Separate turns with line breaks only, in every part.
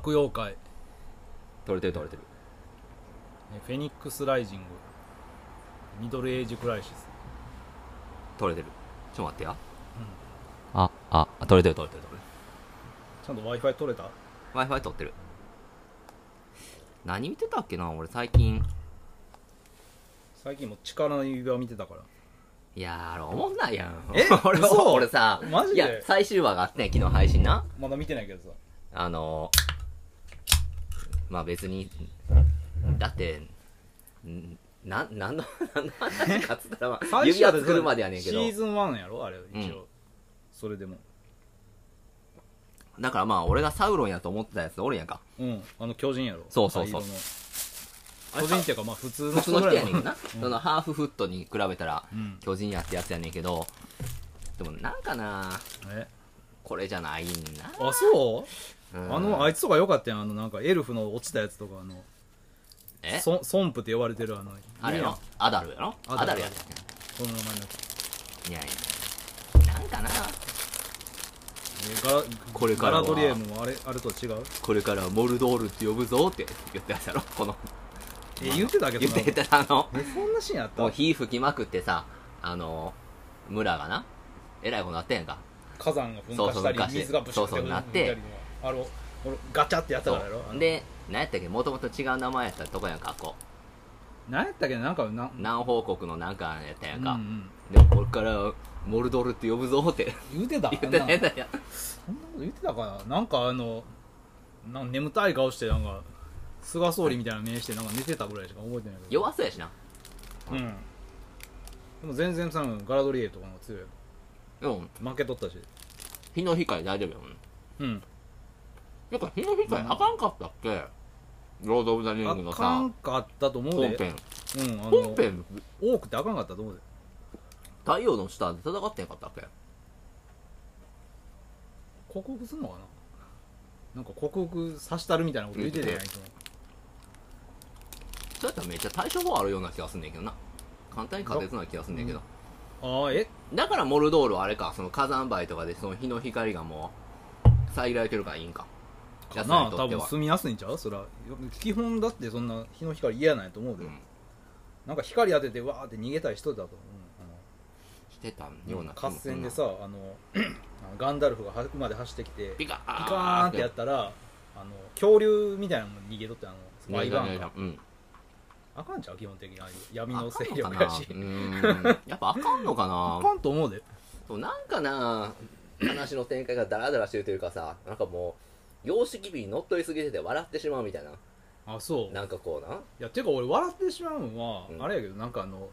北妖怪、
取れてる取れてる
ねフェニックスライジングミドルエイジクライシス
取れてるちょっと待ってや、
う
あああ取れてる取れてる取れて
ちゃんと w i f i 取れた
る w i f i 取ってる何見てたっけな俺最近
最近もう力の指輪見てたから
いやーあれ思んないやん
え
俺
嘘
俺さ
マジで
いや最終話があってん昨日配信な
まだ見てないけどさ
あのまあ別にだってんな何の何の話かっつったら、まあ、指輪作るまでやねんけど
シーズン1やろあれ一応、
うん
それでも
だからまあ俺がサウロンやと思ってたやつおるやんか
うんあの巨人やろ
そうそうそう
灰色の巨人っていうかまあ普通の
普通
人ぐ
の人
らい
やねんけどな、
うん
そのハーフフットに比べたら
うん
巨人やってやつやねんけどでもなんかな
え
これじゃないんな、
あそう
うん
あのあいつとか良かったやんあのなんかエルフの落ちたやつとかあの
え
ソンソンプって呼ばれてるあの
あれ
いるやん
やろアダルやろ
アダル
アダルやね
その名前のやつ
んいやいやなんかな
えーガラ
これからは
ガラドリエムもあれあれとは違う
これからはモルドールって呼ぶぞって言ったやつやろこの
え言ってたけど
言
な
ってたらあの
えそんなシーンあった
もう火吹きまくってさあの村がなえらいことなってんやんか
火山が噴火したり
そうそう噴火して
水がブシュッて
そうそうなって
噴いたりとかあの俺ガチャってやった
そ
からやろあ
う
の
で何やったっけもともと違う名前やったとこやんかこう
何やったっけなんかな
南方国のなんかやったやんか、
うんうん
でもこれからモルドルって呼ぶぞって
言うてた
言って
あんな
たやつや
そんなこと言ってたかななんかあのなんか眠たい顔してなんか菅総理みたいな目してなんか寝てたぐらいしか覚えてないけど
弱そうやしな
うんでも全然さガラドリエとかの方が強いよ
でも
負けとったし
日の光大丈夫やもん
うん
やっぱ日の光あかんかったっけ、ロード・オブ・ザ・リングの
あか
さ
んかったと思う
本
で
編
うんあの
本編
多くてあかんかったと思うで
太陽の下で戦ってんかったっけ
克服すんのかななんか克服さしたるみたいなこと言ってたやんいつも
そうやったらめっちゃ対処法あるような気がすんねんけどな簡単に勝てそうな気がすんねんけど、
ああえ
だからモルドールはあれかその火山灰とかでその日の光がもう遮られてるからいいんか
か
奴ら
な
にと
多
って
分
は
住みやすいんちゃうそら基本だってそんな日の光嫌なんやと思うで、
うん
なんか光当ててわーって逃げたい人だと思う、うん
してたような気も
合
する
戦
な
でさあの あのガンダルフがは馬で走ってきてピ
ピカー
カーンってやったらあの恐竜みたいなのも逃げとってあのワイバーンが
うん
あかんちゃう基本的にああいう闇
あ
の勢
かんのか
力
な
やし
うーんやっぱあかんのか
あ
な
かんと思うで
そうなんかな話の展開がダラダラしてるというかさなんかもう様式美にのっとりすぎてて笑ってしまうみたいな
あそう
なんかこうない
やていうか俺笑ってしまうのは、
うん
あれやけどなんかあの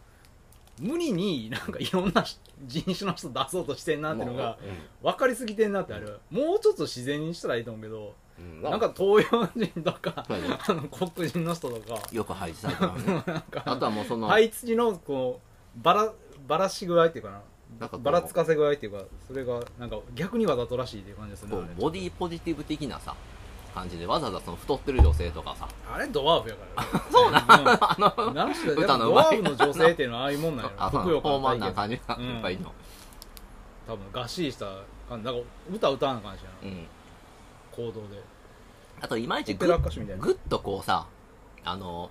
無理になんかいろんなし人種の人出そうとしてんなっていうのが
もう
分かりすぎてんなってあれもうちょっと自然にしたらいいと思うけど
うんうん
なんか東洋人とか
そうやね
あの黒人の人とか
よく配置されてる ね
なんか
あとはもうその、
配置のこうバラバラし具合っていうか
な
なん
かこう
バラつかせ具合っていうかそれがなんか逆にわざとらしいっていう感じですね
こ
あ
う
れ
ボディポジティブ的なさ感じでわざわざその太ってる女性とかさ
あれドワーフや からそうなんあの何しろ
歌の
ド
上
ワ
手い
ーフの女性っていうのはああいうもんなんやろ
あそう
ふく
な
よ
の
か
高慢
な体
な感じが
うん
やっぱいいの
型多分がっしりした感じなんか歌歌わな感じやな
うん
行動で
あといまいち
オペ
グ
ラ
ッ
歌手みたいな
グッとこうさあの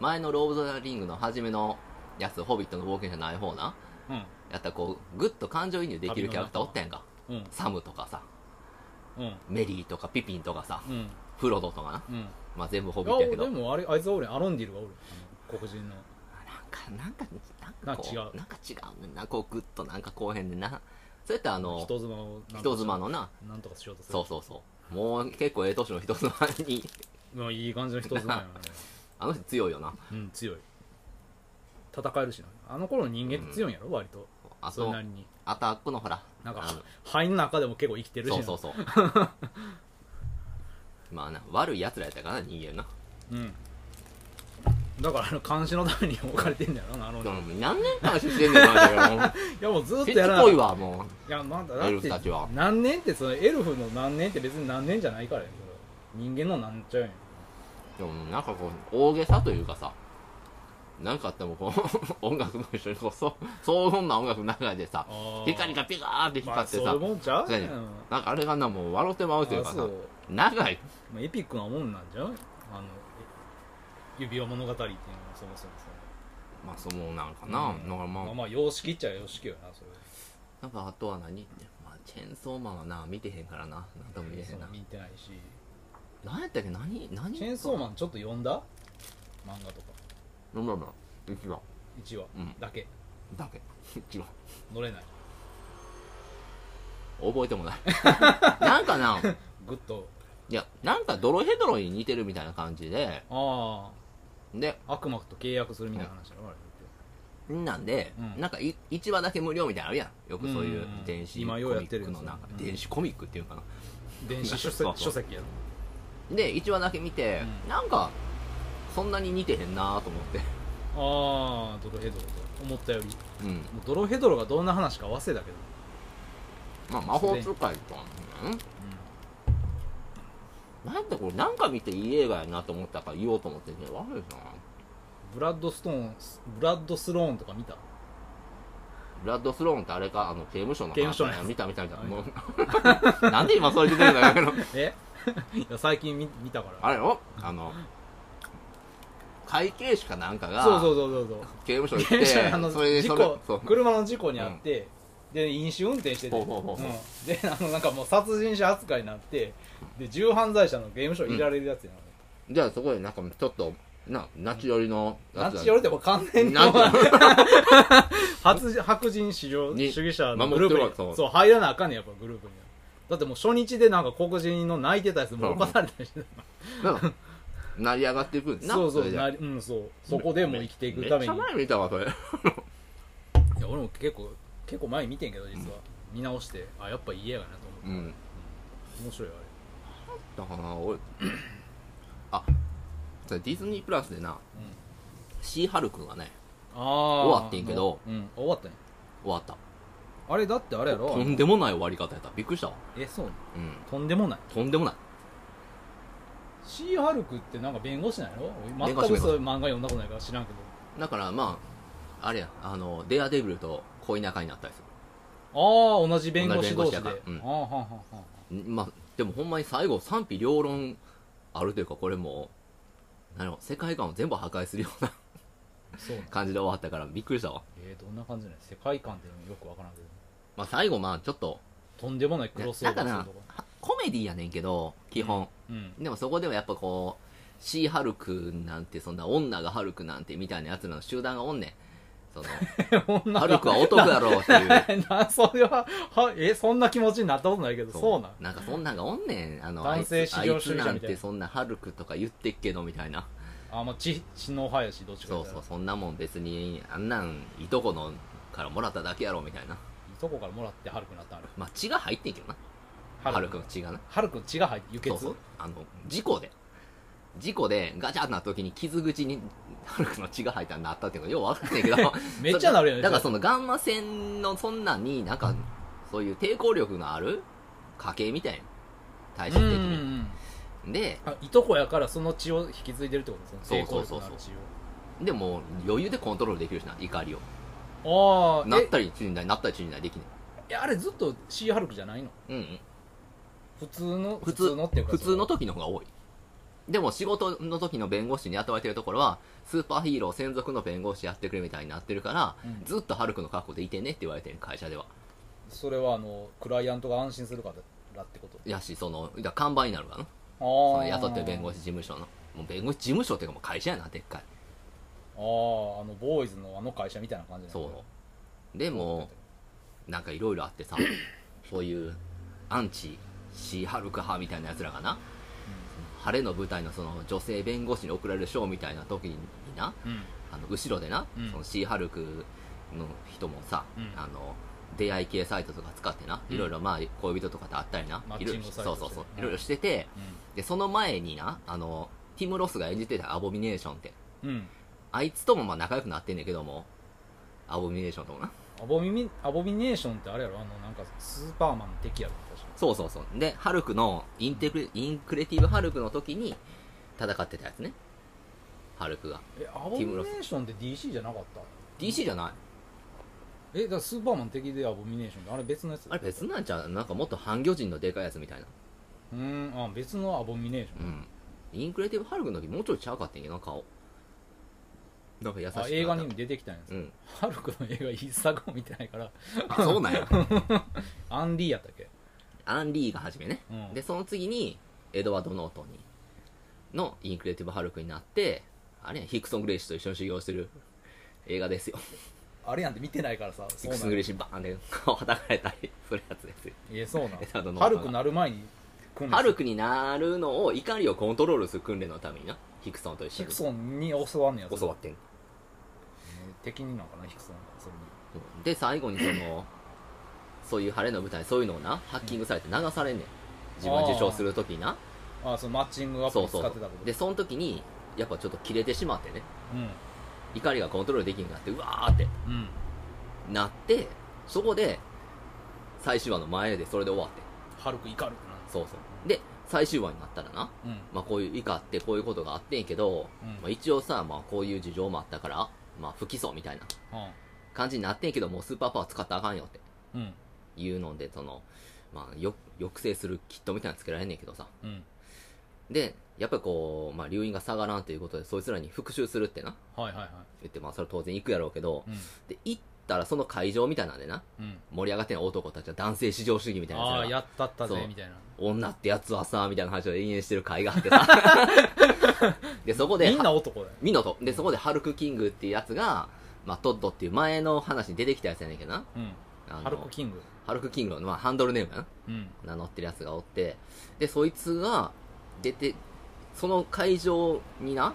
前の「ローブ・ザ・リング」の初めのやつ「ホビットの冒険」じゃない方な
う
やったらこうグッと感情移入できるキャラクターおったやんか
んうん
サムとかさ
うん
メリーとかピピンとかさ
うん
フロドとかな、
うん
まあ、全部ホ
い
ビット
や
やけ
で
ど
もあれあいつは俺アロンディルがおる黒人の
なんかなんかなんかこ
なんか
う
違う
なんか違うねんなこうグッとなんかこうへんでなそうやったらあの
人妻をなんと
人
か
妻のな
なんとかしようとする
そうそうそうもう結構ええ年の人妻に
まあいい感じの人妻やな、ね、
あの人強いよな
うん強い戦えるしなあの頃の人間って強いんやろ、割と
あ
それ
と
なりに
アタックのほら
なん
あ
か
の
肺の中でも結構生きてるし
そう
な
そうそう まあな悪い奴らやったからな人間な
うんだからあの監視のために置かれてんだよなあの
でも何年間してんねんな
いやもうずっと
ケ
や
チっ
らな
ぽいわも
いやまだだ
エルフ
ったて
ちは
何年ってそのエルフの何年って別に何年じゃないからやそれ人間のなんちゃうんや
うでもなんかこう大げさというかさなんかあったらもうこう音楽も一緒にこうそう荘厳な音楽の中でさ
あー
ピカリカピカーって
ま
光
あ
って
そう
さ、
いうもんちゃう
そうやねんなんかあれがなもう笑ってまうというか
あ
さ
そう
長い
まあ、エピックなもんなんじゃんあの指輪物語っていうのはそもそもそ
まあそうなんかな、
うん
だから
う
まあ
まあまあ様式っちゃ様式よなそれ
なんかあとは何、まあ、チェーンソーマンはな見てへんからな何とも見えへ
そ
んな
う見てないし
何やったっけ何何
チェーンソーマ
ン
ンちょっと読んだ漫画とか
何だろう一番
1話
うん
だけ
だけ一番
乗れない
覚えてもないなんかな
グッと
いやなんかドロヘドロに似てるみたいな感じで
あ
で
あ悪魔と契約するみたいな話だろあれ
んなんで、
うん
なんかい1話だけ無料みたいなのあるやんよくそういう
うんうん
電子コ
今
ミ
ようやっ
ッ
てる
ク
やつ
のなんか、
うん
電子コミックっていうかな
電子書
そう
籍
そう
書籍やろ
で1話だけ見て、
うん
なんかそんなに似てへんなと思って
ああドロヘドロと思ったよりも
うん
うドロヘドロがどんな話か忘れたけど、
まあ魔法使いとかうんなんでこれなんか見ていい映画やなと思ったから言おうと思ってね悪いじゃ
う
ん
ん、ブラッドストーンブラッドスローンとか見た
ブラッドスローンってあれかあの刑務所の話
刑務所のやつ
見た見た見た
はい
もう なんで今それ出てるんだろうけど
え いや最近見見たから
あれよあの会計士かなんかが
そうそうそうそうそう
刑務所行っ
電 車のあ
て
の
それ
事
でそれ
故
そう
車の事故にあって、で飲酒運転してて、
ほうほうほうほう
うんであのなんかもう殺人者扱いになってで重犯罪者の刑務所にいられるやつや
じゃあそこでなんかちょっとなナチ寄りの
な、
や
ナ
つ
チ寄りってもう完全に
ナチ寄り
発人 白人至上
に
主義者のグループ
守っ
に
てるわけ
そう入らなあかんねんやっぱグループにはだってもう初日でなんか黒人の泣いてたやつも犯されたりして
なんか成り上がっていくんだな
そうそ
れ
う
で
なりうんそうそこでもう生きていくために
めっちゃ前見たわそれ
いや俺も結構結構前に見てんけど実は、見直してあやっぱいい映画やなと思って、
うん
面白いよあれ
だから俺あそれディズニープラスでな、
うん
シーハルクがね
ああ
終わってんけど
うん終わったね
終わった
あれだってあれやろ
とんでもない終わり方やったびっくりしたわ
えそう
うん
とんでもない
とんでもない
シーハルクってなんか弁護士なんやろ
弁
全
護士
くそういう漫画読んだことないから知らんけど
だからまああれやあのデアデビルと恋仲になったりす
ああ同じ弁護士同士で、
同じ弁護士やからうん
ああはんはんはんはん
るんまあでもほんまに最後賛否両論あるというかこれもう何やろ世界観を全部破壊するような
そうなん
感じで終わったからびっくりしたわ、
えー、どんな感じなん世界観っていうのよくわからんけど
まあ、最後まあちょっと
とんでもないクロスオーバーす
な
る
んか
とか
なコメディやねんけど基本、
うん
でもそこではやっぱこう、シーハルクなんて、そんな女がハルクなんてみたいなやつらの集団がおんねん。そ の、
女が
ハルクは男やろう っていう。
なそれははえそんな気持ちになったことないけどそうなん
なんかそんなんがおんねん。あの、あい
男
つ
性至
あ
上
い
主義者
つ
みたいな
なんてそんなハルクとか言ってっけどみたいな。
あまあ知知能派やしどっちか
そ
言
う
った
そ
ら
う、そんなもん別に、あんなん、いとこのからもらっただけやろみたいな。
いとこからもらってハルクになったんあれ
まあ血が入ってんけどな。ハルクの血がな。
ハルクの血が入って輸血
そうそう。あの、事故で。事故でガチャってなった時に傷口にハルクの血が入ったんだったっていうのがよう分かってんけど。
めっちゃなるやん
だからそのガンマ線のそんなんになんかそういう抵抗力のある家系みたいな体質
うん
的
うんう
に
ん
で
あいとこやからその血を引き継いでるってことですね
そうそう
抵抗力の
そうそう
ある血
でも余裕でコントロールできるしな怒りを
をあ
な
あ
ったり縮んだりなったり縮んだりできない
えあれずっとシーハルクじゃないの
うんうん
普通の
普通
のっていうか
普通の
と
時の方が多いでも仕事の時の弁護士に雇われてるところはスーパーヒーロー専属の弁護士やってくれみたいになってるから、
うん
ずっとハルクの格好でいてねって言われてる会社では
それはあのクライアントが安心するからってこと
やしそのだから看板になるからなそ
あ
の
あ
雇ってる弁護
士
士事務所のもう弁護士事務所っていうかもう会社やなでっか
あ
い
ああのボーイズのあの会社みたいな感じなの
そうでもなんかいろいろあっ てさそういうアンチシーハルク派みたいなやつらがな晴れの舞台のその女性弁護士に贈られる賞みたいな時にな
うん、うん
あの後ろでな、
うん
そのシーハルクの人もさ、
うん
あの出会い系サイトとか使ってな、
うん
いろいろまあ恋人とかと会ったりな、
マッ
い
チ
ろい
ン
ろ
グ
そ
サ
う
イト
そうそ
し
う
てね
いろいろしててでその前になあのティム・ロスが演じてたアボミネーションって
うん、うん、
あいつともまあ仲良くなってんねんけどもアボミネーションともな
アボミミアボミネーションってあれやろあのなんかスーパーマンの敵やろ確か
そうそうそう。で、ハルクのインテク、インクレティブハルクの時に戦ってたやつね。ハルクが
えアボミネーションって DC じゃなかった
DC じゃない
えだからスーパーマン敵でアボミネーションってあれ別のやつ
あれ別なんちゃうなんかもっと半魚人のでかいやつみたいな
うーんあ別のアボミネーショ
う
ン、
んインクレディブハルクの時もうちょいちゃうかってんけどな顔なんか優しくな
あ
った
映画にも出てきたんやつ、
うん
ハルクの映画一作も見てないから
あそうなんや
アンリーやったっけ
アン・リーが初めね、
うん
でその次にエドワード・ノートンにのインクレディブ・ハルクになってあれやヒクソン・グレイシーと一緒に修行してる映画ですよ
あれなんて見てないからさそう
ヒク
な
ソン・グ
ん
レイシーバーンで顔はたかれたり するやつですよ
いやそう
エドワー
な
ドノートン
ん
が
ハルクなる前に来ん
ハル
ク
クになるのを怒りをコントロールする訓練のためになヒクソンと一緒
ヒ
に
クソンに教わんねや
教わってん
敵になんかなヒクソンがそれに
で最後にそのそういう晴れの舞台そういうのをなハッキングされて流されんねん自分が受賞するときにな
あそのマッチングアプ
そ
リ
う
使
そう
ってた
そ
こと
うでその時にやっぱちょっと切れてしまってね
うん
怒りがコントロールできなくなってうわーって
うん
なってそこで最終話の前でそれで終わって
ハルク怒る
そうそうで最終話になったらな、
うん
まあ、こういう怒ってこういうことがあってんけど、
うん
まあ、一応さ、まあ、こういう事情もあったから、まあ、不起訴みたいな
は
感じになってんけどもうスーパーパワー使ったらあかんよって
あうん
いうのでその、まあ、よ抑制するキットみたいなのつけられんねんけどさ
うん
でやっぱりこう、まあ、留飲が下がらんということでそいつらに復讐するってな
はいはいはい
言ってまあそれ当然行くやろうけど、
うん
で行ったらその会場みたいなんでな
うん
盛り上がってん男たちは男性至上主義みたいなやつら
あ
が
あーやったった
そ
ぜ
う
みたいな
女ってやつはさみたいな話を延々してる会があって さ でそこで
みんな男だよ
みんなとでそこでハルクキングっていうやつが、まあ、トッドっていう前の話に出てきたやつやねんけどな
うん
あの
ハルクキング
ハルクキングの、まあ、ハンドルネームやな
うん
名乗ってるやつがおってでそいつが出てその会場にな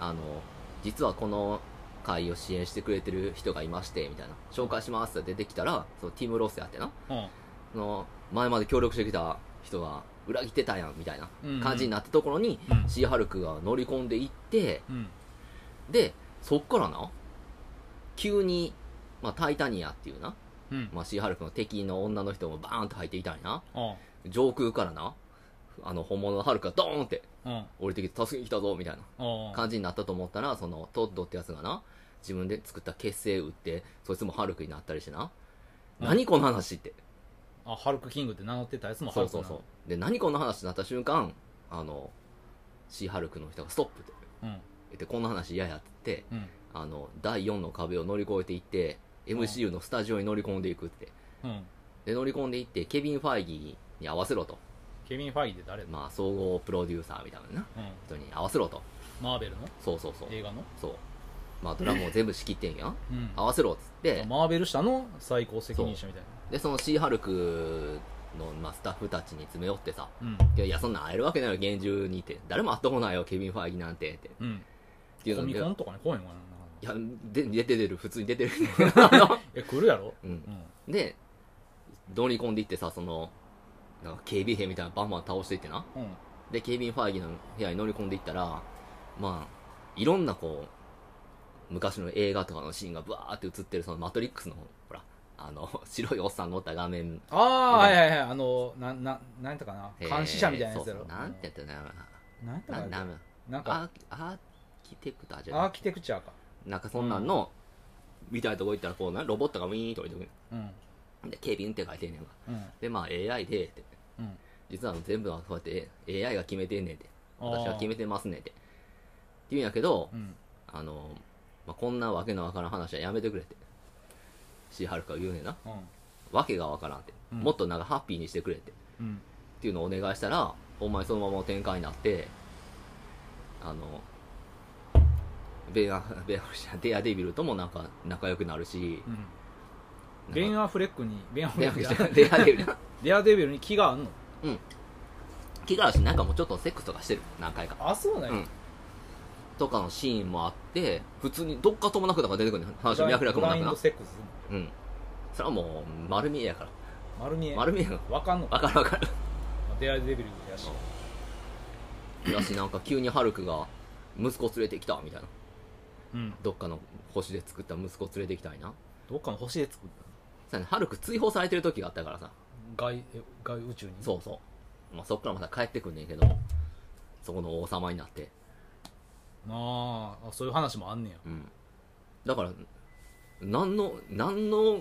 あの実はこの会を支援してくれてる人がいましてみたいな紹介しますって出てきたらそのティム・ロスやってな
うん
その前まで協力してきた人が裏切ってたやんみたいな
うんうん
感じになったところに、
うん
シー・ハルクが乗り込んでいって
うん
でそっからな急に、まあ、タイタニアっていうな、
うん
まあ、シー・ハルクの敵の女の人もバーンと入っていたんやな
あ
上空からなあの本物のハルクがドーンって
あうん
降りてきて助けに来たぞみたいな
ああ
感じになったと思ったらそのトッドってやつがな自分で作った結成打ってそいつもハルクになったりしてな、
うん
何この話って
あハルクキングって名乗ってたやつもハ
そう
ルク
そ
な
う
の
そうで何この話になった瞬間あのシーハルクの人がストップって
うん
言ってこんな話嫌やって言って
うん
あの第4の壁を乗り越えていって
ん
MCU のスタジオに乗り込んでいくって
うん
で乗り込んでいってケビン・ファイギーに合わせろと
ケビン・ファイギーって誰だ
まあ総合プロデューサーみたいなな
うん
人に合わせろと
マーベルの
そうそうそう
映画の
そうまあドラムを全部仕切ってん やん
うん
合わせろっつって
マーベル社の最高責任者みたい
でそのシー・ハルクの、まあ、スタッフたちに詰め寄ってさ
な
「いやそんなん会えるわけないよ厳重に」って誰も会ったことないよケビン・ファイギーなんてってっ
うんうん
ていう
コ
の
ミ
で
コンとかに来へんのか
いやで出てる普通に出 てる あの
なえ来るやろ
うん
うん
で、乗り込んでいってさ、その、なんか警備兵みたいなのバンバン倒していってな。
うん
で、警備員ファイギーの部屋に乗り込んでいったら、まあ、いろんなこう、昔の映画とかのシーンがブワーって映ってる、そのマトリックスの、ほら、あの、 白いおっさん乗った画面。
ああはいはいはいあのなななんとかな監視者みたいなやつや
えーそ
ろ
うそうなんてやってたんやろ
うんなんと
な。
か
な、
な
なんん
なんか
アーアーキテクターじゃ
ア
な
ー
い
キテクチャーか
なんかそんなんの、みたいなとこ行ったら、こうな、ロボットがウィーンと置いてくる。
うん
で、警備員って書いてんねんわ。
うん
で、まあ AI で、って。
うん
実は全部はこうやって AI が決めてんねんて
あー
私は決めてますねんてって言うんやけど、
うん
あの、まあ、こんなわけのわからん話はやめてくれってシーハルカが言うねんな
うん
わけがわからんって、
うん
もっとなんかハッピーにしてくれってっ
うん
ていうのをお願いしたらほんまにそのままの展開になってあのベンア・ベンアフレックじゃないデア・デビルともなんか仲良くなるし
う、ん
なんか
ベン・アフレックにベン・アフ
ベ
レ
ン
ッ
ア
ク
フ
じ
レ
ゃ
ックじ
な
ゃないいデア・デビルな
デアデビルに気があんの
気があるしなんかもうちょっとセックスとかしてる何回か
あそうね
うんとかのシーンもあって普通にどっかともなくだから出てくるね話も脈絡
ブ
もな
ライ
く
ン
な
ドセックス
うんそれはもう丸見えやから
丸見え
丸見えやか
わかんの
ら分かる分か
デアデビルやし
るだしなんか急にハルクが息子連れてきたみたいな
うん
どっかの星で作った息子連れてきたいな
どっかの星で作った
さ、ね、ハルク追放されてる時があったからさ
外え外宇宙に
そうそう、まあ、そっからまた帰ってくんねんけどそこの王様になって
あーあそういう話もあんねや
うん、だから何の何の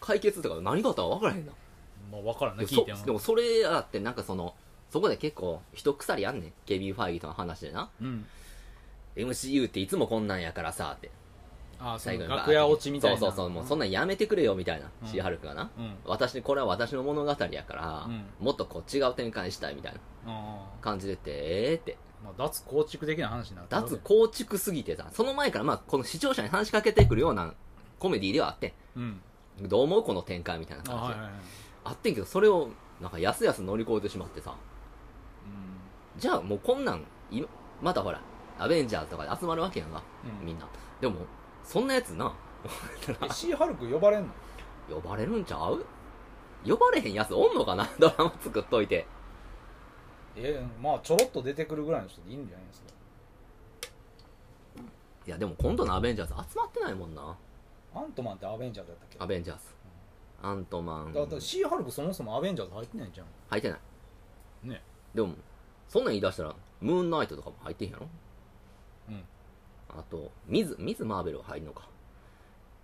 解決とか何があったか分からへんな
まあ分からんな
でも
聞いて
そ
も
でもそれやってなんかそのそこで結構一鎖あんねん KB ファイギーとの話でな
うん
MCU っていつもこんなんやからさって
ああそ
最後
の
にバーって
楽屋落ちみたいな
そうそうそうもうそんなんやめてくれよみたいな、
うん
シーハルクがな
うん
私これは私の物語やから、
うん
もっとこう違う展開したいみたいな
あ
感じでてええって
ーまあ、脱構築的な話になってるわけ
脱構築すぎてさその前からまあこの視聴者に話しかけてくるようなコメディではあって
うん
んどう思うこの展開みたいな
あ
感じ
は
で
いはいはい、
あってんけどそれをなんかやすやす乗り越えてしまってさじゃあもうこんなん今またほらアベンジャーズとかで集まるわけやんか
うんう
み
ん、
んなでもそんなやつな
えシーハルク呼ばれんの
呼ばれるんちゃう呼ばれへんやつおんのかな ドラマ作っといて
えまあちょろっと出てくるぐらいの人でいいんじゃないですか
いやでも今度のアベンジャーズ集まってないもんな
アントマンってアベンジャーズだったっけ
アベンジャーズアントマン
だからシーハルクそもそもアベンジャーズ入ってないじゃん
入ってない
ね
でもそんなん言い出したらムーンナイトとかも入ってんやろ
うん
あとミズミズマーベルは入るのか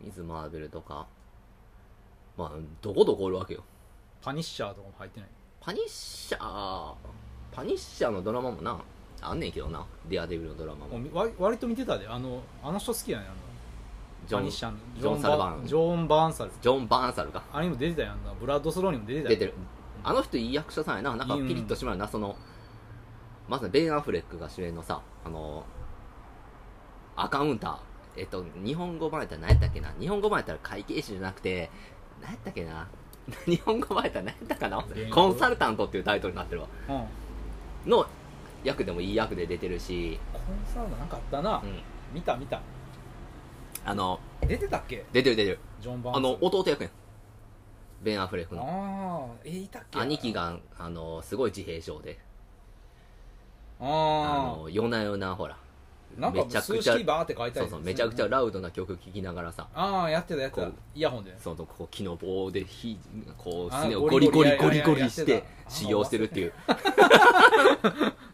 ミズマーベルとかまあどこどこおるわけよ
パニッシャーとかも入ってない
パニッシャーパニッシャーのドラマもなあんねんけどなディアデビルのドラマ
もう
も
み割割と見てたであのあの人好きやねあの
ジョ
パ
ン
ニッ
ジ
シャーの
ジョンサルバン
ジョン・バーンサル
ョン・バーンサルが
あれにも出てたやんなブラッド・スローにも出てたや
出
ん
てるあの人いい役者さんやななんかピリッとしまるなそのまずベン・アフレックが主演のさあのアカウンターえっと日本語版やったら何やったっけな日本語版やったら会計士じゃなくて何やったっけな 日本語版やったら何やったかな
弁護
コンサルタントっていうタイトルになってるわ
うんコン
の役でもいい役で出てるし、
サルなんかあったな、
うん、
見た見た
あの
出てたっけ
出てる出てる
ジョン・バーンサ
あ
ル
の弟役やんベン・アフレックの
ああえいたっけ
兄貴があのすごい自閉症であ
あ
の夜な夜なほら
あなんか
めちゃ
数
くちゃ
式バーって書いた
そ
り
うそうめちゃくちゃラウドな曲聴きながらさ
ああやってたやって
こ
た
う
イヤホンで
そのこう木の棒でひこう
あ
すねをゴ
ゴリ
リゴ
ゴ
リ
リ
ゴリゴリし
や
て
ってた
修行してるっていう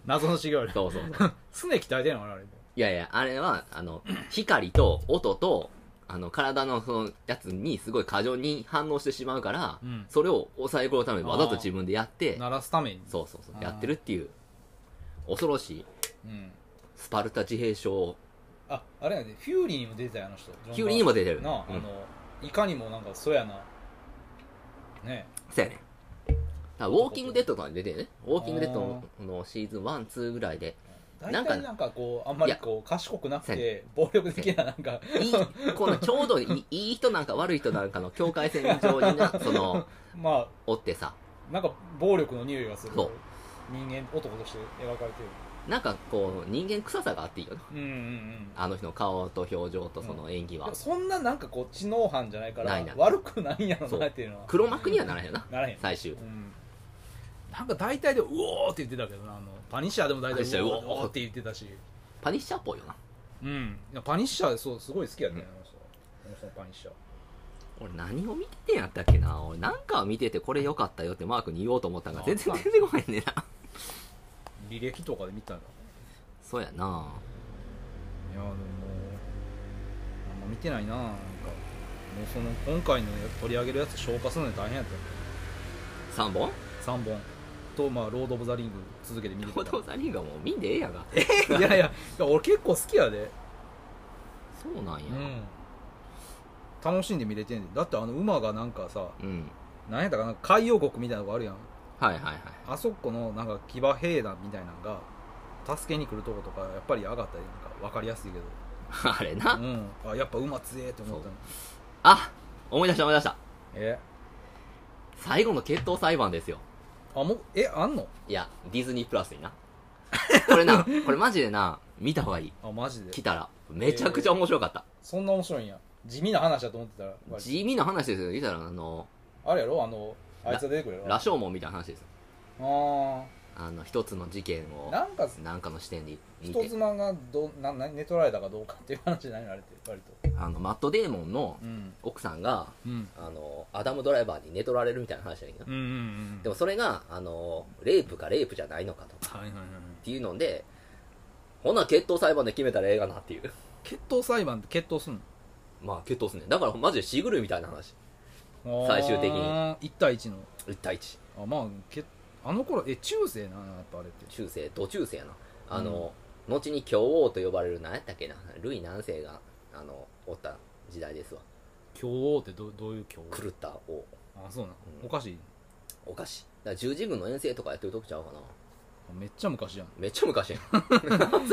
謎の修行より
そうそうそう
常鍛えてんのあれあれ
いやいやあれはあの光と音とあの体のそのやつにすごい過剰に反応してしまうから、
うん
それを抑え込むためにわざと自分でやって
鳴らすために
そうそうそう
あー
やってるっていう恐ろしい
うん
スパルタ自閉症
ああれやでフューリーにも出てたよあの人
キュウリにも出て
出
る
なあ
う
あ
ん
のいかにもなんかそうやなね
そうやねだからウォーキングデッドとかに出てるねウォーキングデッドののシーズン12ぐらいで
大
なんか
体なんかこうあんまりこう賢くなくて暴力的ななんか
いいこのちょうどいいいい人なんか悪い人なんかの境界線上になその
ま
おってさ
あなんか暴力の匂いがする
そう
人間男として描かれてる
なんかこう人間臭さがあっていいよな
うんうんうん
あの人の顔と表情とその演技は、
でもそんななんかこう知能犯じゃないから
ないない
悪くないんやろ
そう
なっていうのは
黒幕にはならへんよな
ならへん、
最終
うん、なんか大体で「うおー」って言ってたけどなあのパニッシャーでも大
パ
体
ニッシャー
う
うお
お
ー
ー」って言ってたし
パニッシャーっぽいよな
うんいやパニッシャーそうすごい好きやったね、
う
あ
ん
の人あの人のパニッシャー
俺何を見ててんやったっけな俺なんかを見ててこれ良かったよってマークに言おうと思ったが全然
あ
出てこへんねんな
履歴とかで見たらい
そうや
や
な
でもあんま見てないななんかもうその今回のや取り上げるやつ消化するのに大変やったよ
3本
3本と、まあ、ロード・オブ・ザ・リング続けて見て
報
た
道ザリーがもう見んでええやが
いやいやいや俺結構好きやで
そうなんや
うん楽しんで見れてんねんだってあの馬がなんかさ
うん、
なんやったかな海洋国みたいなとこあるやん
はいはいはい
あそこのなんか騎馬兵団みたいなのが助けに来るとことかやっぱり上がったりなんか分かりやすいけど、
あれな、
うん、あやっぱ馬強えと思ったの
あ思い出した思い出した
え
最後の決闘裁判ですよ
あもうえあんの
いや、ディズニープラスにな。これな、これマジでな、見た方がいい。
あマジ
来
で
たら。めちゃくちゃ面白かった。
そんな面白いんや地味な話だと思ってたら割と
地味な話ですよ。見たら、あの、
あれやろあのあいつが出てくるやろ
羅生門みたいな話ですよ。
あー
あの、一つの事件を、
なんか
なんかの視点で見
人
て、
妻がどなな寝取られたかどうかっていう話じゃないのあれって割と
あの、マット・デーモンの
うん
奥さんが、
うん
あの、アダム・ドライバーに寝取られるみたいな話だけど
うんう、んうん
でもそれが、あの、レイプかレイプじゃないのかとか
はいはいはい
っていうので、ほな決闘裁判で決めたらええがなっていう
決闘裁判って決闘すん
まあ決闘っすねだからマジでシーグルーみたいな話
の
最終的に
あー1対1の
1対1
あまあけあの頃え中世なやっぱあれって
中世土中世やなあの、後に京王と呼ばれる何やったっけなルイ何世があのおった時代ですわ
京王ってどどういう京王
狂った王
あそうなの
うん
おかしい
お菓子だから十字軍の遠征とかやってる時ちゃうかな
めっちゃ昔やん
めっちゃ昔やん そりゃ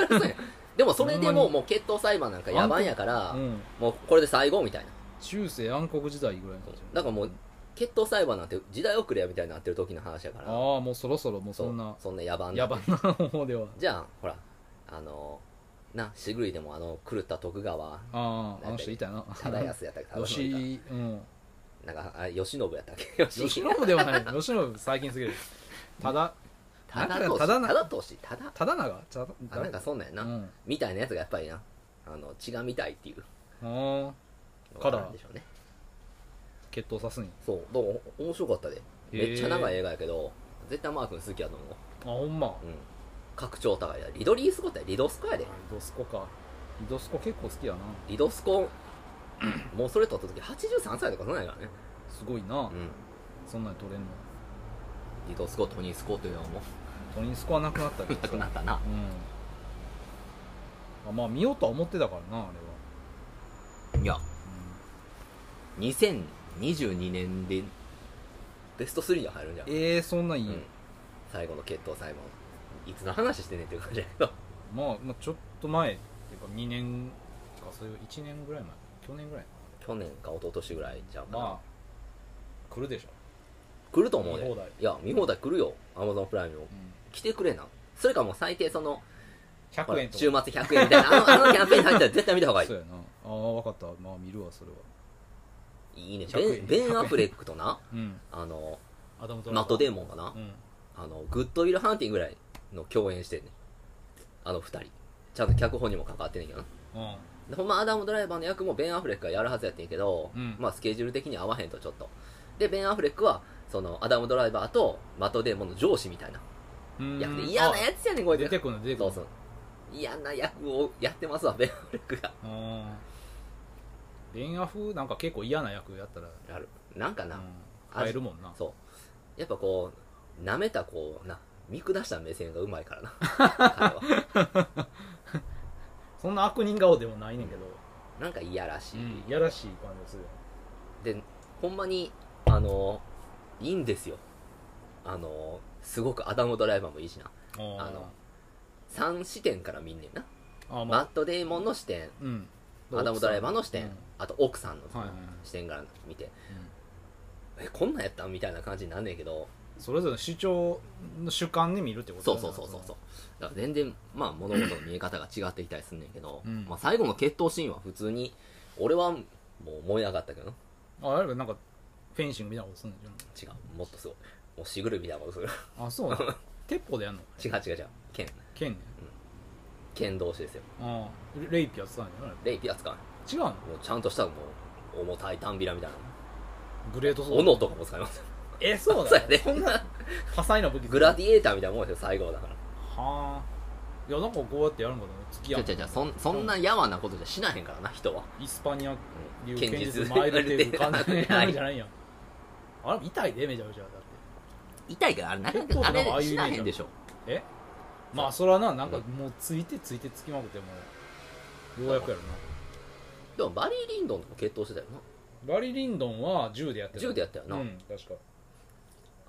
そうやんでもそれで
ほんま
も
に
もう決闘裁判なんか野蛮やから
うん
もうこれで最後みたいな
中世暗黒時代ぐらいの感じ
だからもう決闘裁判なんて時代遅れやみたいになってる時の話やから
ああもうそろそろもうそんな
そんな野蛮
野
な
蛮な方では
じゃあほらあのなしぐいでもあの狂った 徳川
あああの人いたな
忠康やったっけ忠信
吉 うん
なんかあ慶喜やったっけ
吉
慶喜
信ではない吉信最近すぎるただ
忠
なん
忠
かた
忠
だな
俊忠
ただ長た
あなんかそんなんやな、
うん
みたいなやつがやっぱりなあの血が見たいっていう
ああ
の
から
があるんでしょうね
決闘さすに
そうどうも面白かったで
へー
めっちゃ長い映画やけど絶対マー君好きやと思う
あほんま
うん拡張高いやリドリー・スコットやリドスコやで
ドスコかドスコ結構好きやな
リドス コもうそれ撮った時83歳とかそんなんやからね
すごいな
うん
そんなん取れんの
リドスコトニー・スコットやも
トニースコはなくなったけ
う
ど
なくなったな
うんあまあ見ようとは思ってたからなあれはい
や2022年でベスト3には入るんじゃん、
ええそんなんいい、
うん最後の決闘裁判いつの話してんねんっていう感じやけど
まあ、まあちょっと前っていうか2年かそれ1年ぐらい前去年ぐらい
去年か一昨年ぐらいじゃんかな、
まあ来るでしょ、
来ると思うで
見放題
いや見放題来るよアマゾンプライムも来てくれなそれかもう最低そのほ
100
ら
円
週
と
末
か
100円みたいなあのあのキャンペーンに入ったら絶対見た方がいい
そうやなああ分かったまあ見るわそれはい
いね
100
ベ
円
ンベン・アフレックとな
うん
あの
アダム・トライバー
マット・デーモンがな
うん
あのグッド・ウィル・ハンティングぐらいの共演してんねあの二人ちゃんと脚本にも関わってんねんけどな
うん
でほんまアダム・ドライバーの役もベン・アフレックがやるはずやってんけど、
うん
まあスケジュール的に合わへんとちょっとでベン・アフレックはそのアダム・ドライバーとマット・デーモンの上司みたいな
うん
役で嫌なやつやねんこ
あ
いつ
出てくるの出てく
そ
る
うそう嫌な役をやってますわベン・アフレックが
うんベンアフなんか結構嫌な役やったら、
あるなんかな、
うん、変えるもんな
そうやっぱこうなめたこうな見下した目線がうまいから な彼は
そんな悪人顔でもないねんけど、
なんかいやらしい、
いやらしい感じがするよ
でほんまにあのいいんですよあのすごくアダム・ドライバーもいいしな
あ
あの3視点から見んねんな、
ーあ
マッ
ま
ト・デイモンの視点
あ、うん
アダム・ドライバーの視点、
うん
あと奥さんの
はいはいはい
視点から見て、えこんなんやったんみたいな感じになんねんけど
それぞれの主張の主観で見るってこと
そ
だ
う
な
そうそうそうそうだから全然まあ物事の見え方が違ってきたりすんねんけど、
うん
まあ、最後の決闘シーンは普通に俺はもう燃え上がったけどな
ああれなんかフェンシングみたいなことするんじ
違うもっとすごいもうしぐるみたいなことする
ゃんあそうな の鉄砲でやんの
違う違う違う剣
剣ね
剣同士ですよ
ああレイピやってたんじゃない
レイピア使う
違うの
もうちゃんとしたもう重たいダンビラみたいな
グレートソード
斧とかも使いますよ
えそう
そう
だ
やね
そんな多彩な武器
グラディエーターみたいなもんですよ最後だから
はあいやなんかこうやってやるんかと思った付き合
違
う
う違う違うそんそんなやわなことじゃしなへんからな人は
イスパニア流
剣
剣術
術
マイルテーブル感じでやるんじゃ
は
ないんや あれ痛いでめちゃめちゃだって
痛いけどあれなん
結構
かあ
なんかああ
れ
いうイメ
し
ー
な
ジ
へんでしょ
えまあそれはななんかもうついてついてつきまくってもうようやくやろ
でもバリー・リンドンとも決闘してたよな
なバリ・リンドンは銃でやってた
銃でやったよな、
うん確か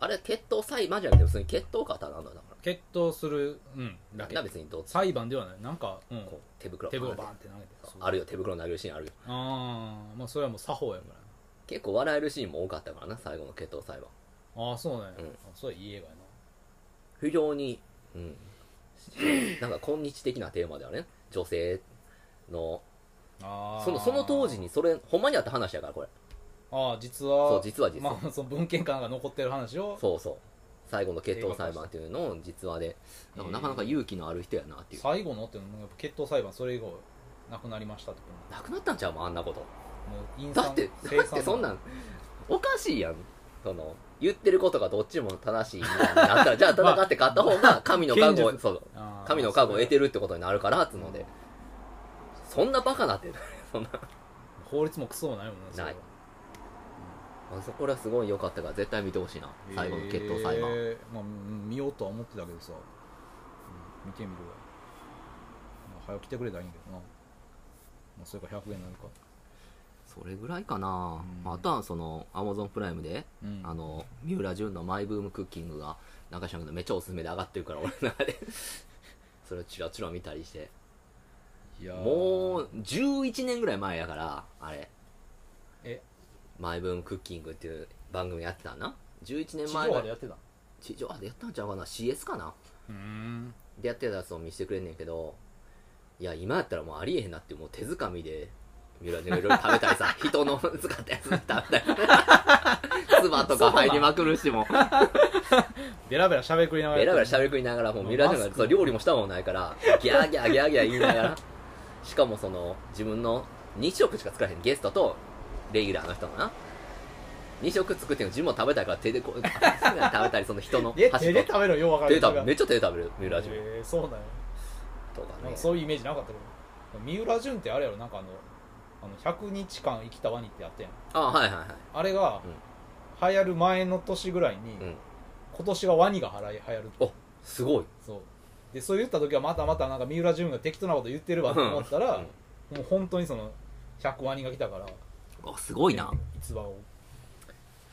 あれは決闘裁判じゃなくて普通に決闘型なんだよだか
決闘するうんだ
らだ
け
から別にどっち
裁判ではないなんか、うん、
こう手袋
手袋バ
バー
ーン
ンっ
ってて投げて
あるよ手袋投げるシーンあるよ
ああまあそれはもう作法やから
結構笑えるシーンも多かったからな最後の決闘裁判
ああそうなんや、
うん
あそれいい映画やな
非常にうんなんか今日的なテーマだよね女性の
あー
そのその当時にそれほんまにあった話やからこれ
ああ実は
そう実は実は
まあ、その文献かなんか残ってる話を
そうそう最後の決闘裁判っていうのを実話でだからなかなか勇気のある人やなっていう
最後のっていうのは決闘裁判それ以後なくなりましたとか
なくなったんちゃうもんあんなこと
もう陰
だって
生産
だってそんなんおかしいやんその言ってることがどっちも正しいみたいに なったら、じゃあ戦って勝った方が神の覚悟
ま
を、
あ
そう、
あー
神の覚悟を得てるってことになるから、つうので、そんなバカなって、そんな、
法律もクソもないもんなそれは
ないあそこらすごい良かったから、絶対見てほしいな、最後の決闘裁判。
えーまあ、うん見ようとは思ってたけどさ、うん見てみるわ、まあ、早く来てくれたらいいんだけどな、まあ、それか100円になるか
それぐらいかな、
うん
あとはそのアマゾンプライムで、
うん
あの三浦淳のマイブームクッキングがなんか知らんけどめっちゃおすすめで上がってるから俺の中で それをチラチラ見たりして
いやー
もう11年ぐらい前やからあれ
え
マイブームクッキングっていう番組やってたな11
地
年
上
前ぐ
波
らい
でやってた
地上波でやったんちゃうかな CS かな
うん
でやってたやつを見せてくれんねんけどいや今やったらもうありえへんなってもう手づかみで三浦淳がいろいろ食べたりさ 人の使ったやつ食べたり 唾とか入りまくるしも
ベラベラしゃべくりながら
ベラベラしゃ
べ
べりながらもう三浦淳がそう料理もしたもんないからギャーギャーギャーギャー言いな がらしかもその自分の2食しか作らへんゲストとレギュラーの人もな2食作っても自分も食べたいから手で こう食べたりその人の
え手
箸と
で食べろよう分かる
手で食べるめ
っ
っちゃ手で食べる三浦淳
えー、そうなんや
とか
なん
ね
かそういうイメージなかったけど三浦淳ってあれやろなんかあのあの100日間生きたワニってあったやん
あはいはいはい
あれが、流行る前の年ぐらいに、
うん
今年がワニがはらい流行るって
おすごい
そうでそう言った時はまたまたなんか三浦淳が適当なこと言ってるわと思ったら、もう本当にその100ワニが来たから
おすごいな
逸話を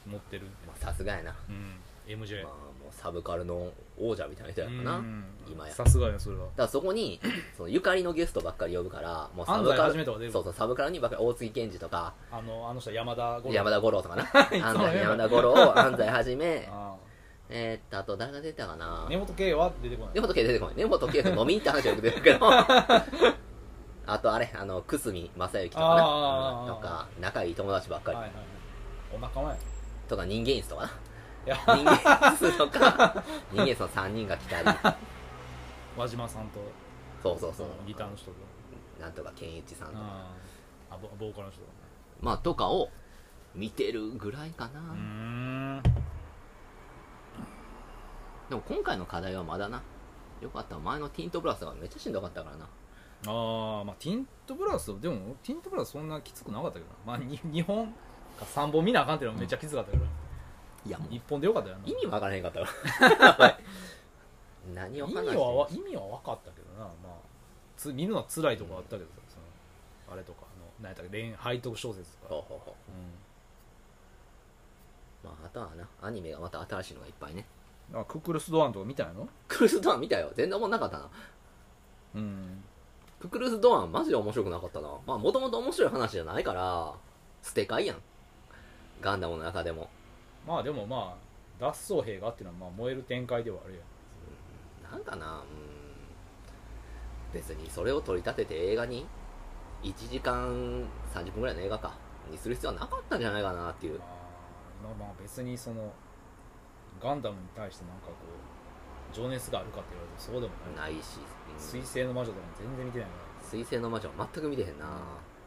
持ってる、
まあさすがやな、ま
うん、MJ
あ、もうサブカルの王者みたいな人やからな、
う
だか
ん
今や
さすがやそれは
らそこにそのゆかりのゲストばっかり呼ぶからもうサ
安
ブ
西
カ
は
ル
じめとか出る
そうそう、サブカルにばっかり大杉健二とか、
あのあの人山田五郎
山田五郎とかな。
いつも
安
ね
西山田五郎、安西は じめ、
あ
えーっと、あと誰が出たか
あ
な。
根本圭は出てこない
根本家出てこない。根本家と飲みに行った話はよく出て るけど。あとあれ、あの、久住正幸とか
あ
な。
ー
とか、仲いい友達ばっかり
はい。はいはいお仲間や
とか、人間椅子とか
いや
な。人間椅子と か、人間椅子の3人が来たり。
輪島さんと
そうそうそう。
ギターの人と
なんとか健一さんとか。
ああボボーカルの人と
まあ、とかを見てるぐらいかな。
ん
でも今回の課題はまだな。よかった。前のティントブラスがめっちゃしんどかったからな。
ああまあティントブラスでもティントブラスそんなきつくなかったけどなまあに2本か3本見なあかんっていうのはめっちゃきつかったから、
いや、もう
一1本でよかったよな
意味わからへんかった わ。何を話
意
してん
味
の
はわ意味は分かったけどな、まあ、つ見るのは辛いとこあったけどさ、そのあれとかあの何やったっけ恋愛背徳小説とか、
ほうほうほ
う
うまあ、あとはな、アニメがまた新しいのがいっぱいね。
ん、あクックルス・ドアンとか見たんやろ
クルーズドアン見たよ。全然おもんなかったな。
うん
ククルーズドアンマジで面白くなかったな。まあ、もともと面白い話じゃないから、捨て替えやん。ガンダムの中でも。
まあでもまあ脱走兵がっていうのはまあ燃える展開ではあるやん
なんかな、うん。別にそれを取り立てて映画に、1時間30分ぐらいの映画か、にする必要はなかったんじゃないかなっていう。
まあ今まあ別にそのガンダムに対してなんかこう情熱があるかって言われるとそうでもない、
ないし、
水星の魔女とかも全然見てないか
水星の魔女は全く見てへんな、
ら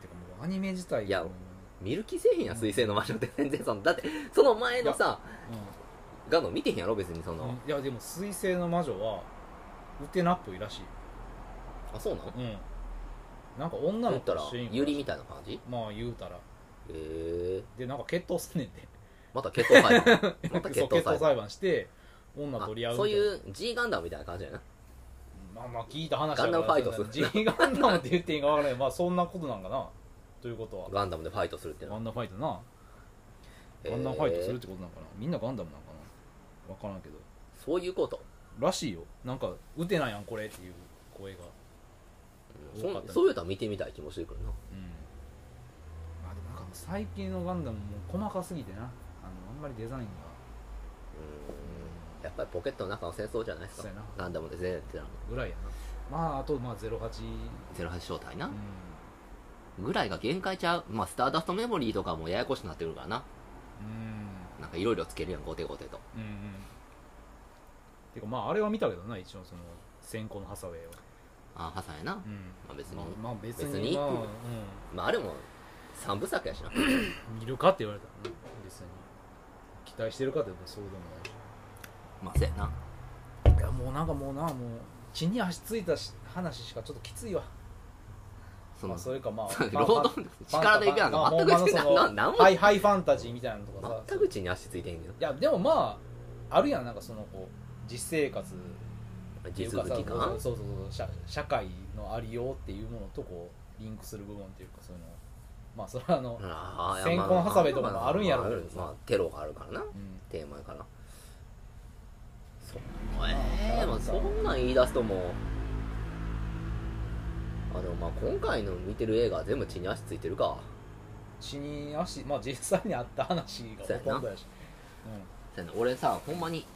てかもうアニメ自体が
いや
もう
見る気せえへんやん水星の魔女って全然そのだってその前のさ
う
ガンダム見てへんやろ別にその、
んいやでも水星の魔女はウテナっぽいらしい
あそうなの
うんなんか女
言
の
っ
子
た
の
ら
主人公
ユリ
しい
みたいな感じへ
まあ言うたら
え
でなんか決闘すんねんで
また決闘裁判また決
そう
闘裁判
裁判して女取り合う
あ
み
そ
た
う
いない
いう G ガンダムみたいな感じやな
まあまあ聞いた話だか
ガン
ら
ダムファイト する
そんな G ガンダムって言っていいかわからないまあそんなことなんかなということは
ガンダムでファイトするって
ガ
な
ンダムファイトなガンダムファイトするってことなんかなみんなガンダムなんかなわからんけど
そういうこと
らしいよなんか打てないやんこれっていう声が
うん
多かった
そそういうのは見てみたい気もするけどな
うんまあでもなんかもう最近のガンダムもう細かすぎてなあのあんまりデザインが
うんやっぱりポケットの中の戦争じゃないです
そ
か
うやな
ガンダムで全然ってなの
ぐらいやなまああとまあ08、
08正体な、
う
ぐらいが限界ちゃうまあスターダストメモリーとかもややこしくなってくるからなん
うん
なんかいろいろつけるやん、ゴテゴテと。
うんうんてかまああれは見たけどな一応その先行のハサウェイは
あ、ハサンやな。
うん
まあ別に
ま。あ、まあ、別に
別に
まあうん
まああれも、三部作やしな。
見るかって言われたらね別にき期待してるかというとそうでもない
まあそうやない
やもうなんかもうなもう血に足ついたし話しかちょっときついわ
そ
まあ、それかまあ
労働力でいくなんか全く
全
違うななんも
ハイハイファンタジーみたいなのとかさ
全く地に足ついてへんけど
いやでもまああるやんなんかそのこう実生活ってい
地
うか
続
さ
きか
そうそうそう社社会のありようっていうものとこうリンクする部分っていうかそういうのまあそれはあの、
あ
先行ハサウェイとかもあるんやろうけ
け
ど
どまあテロがあるからな
うん
テーマやからそうえー、まあそんなん言い出すともうあでもまあ今回の見てる映画は全部地に足ついてるか
血に足まあ実際にあった話がほとんどやし
せやな俺さほんまに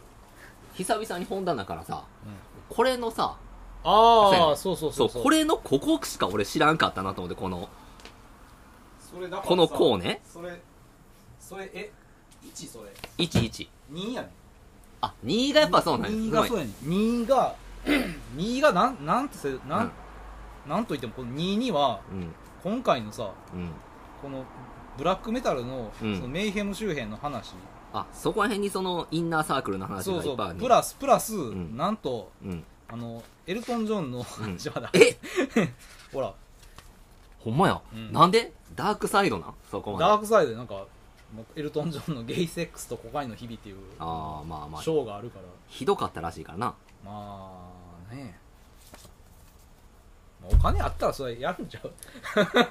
久々に本棚からさ
うん、うん、
これのさそうや
あ
な
あそうそう
そ
そううそう
これのここしか俺知らんかったなと思ってこの
それだからさ
このコーネ
それそれえ1それ
11
2やねん
あ2がやっぱそうなん
2
や
が
す
そ
ご
う
い
やねん2が 2がなんなんとせなん、なんといってもこの2には
うん
今回のさ
うん
このブラックメタルの,、
うん
そのメイヘム周辺の話
あそこら辺にそのインナーサークルの話
そ
が
う
い
そ
っぱいあ
う
るね
プラスプラス、
ん
なんと
うん
あのエルトン・ジョンの 話まだ、
え
ほら
ほんまや、
うん
なんでダークサイドなんそこまで
ダークサイドでなんかもうエルトン・ジョンのゲイセックスとコカインの日々っていう
ああまあまあ
ショーがあるから
ひどかったらしいか らな
まあねまあお金あったらそれやるんちゃう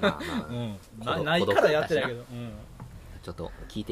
まあまあ
うん、
孤
な
独
ないからやってないけど、うん、
ちょっと聞いて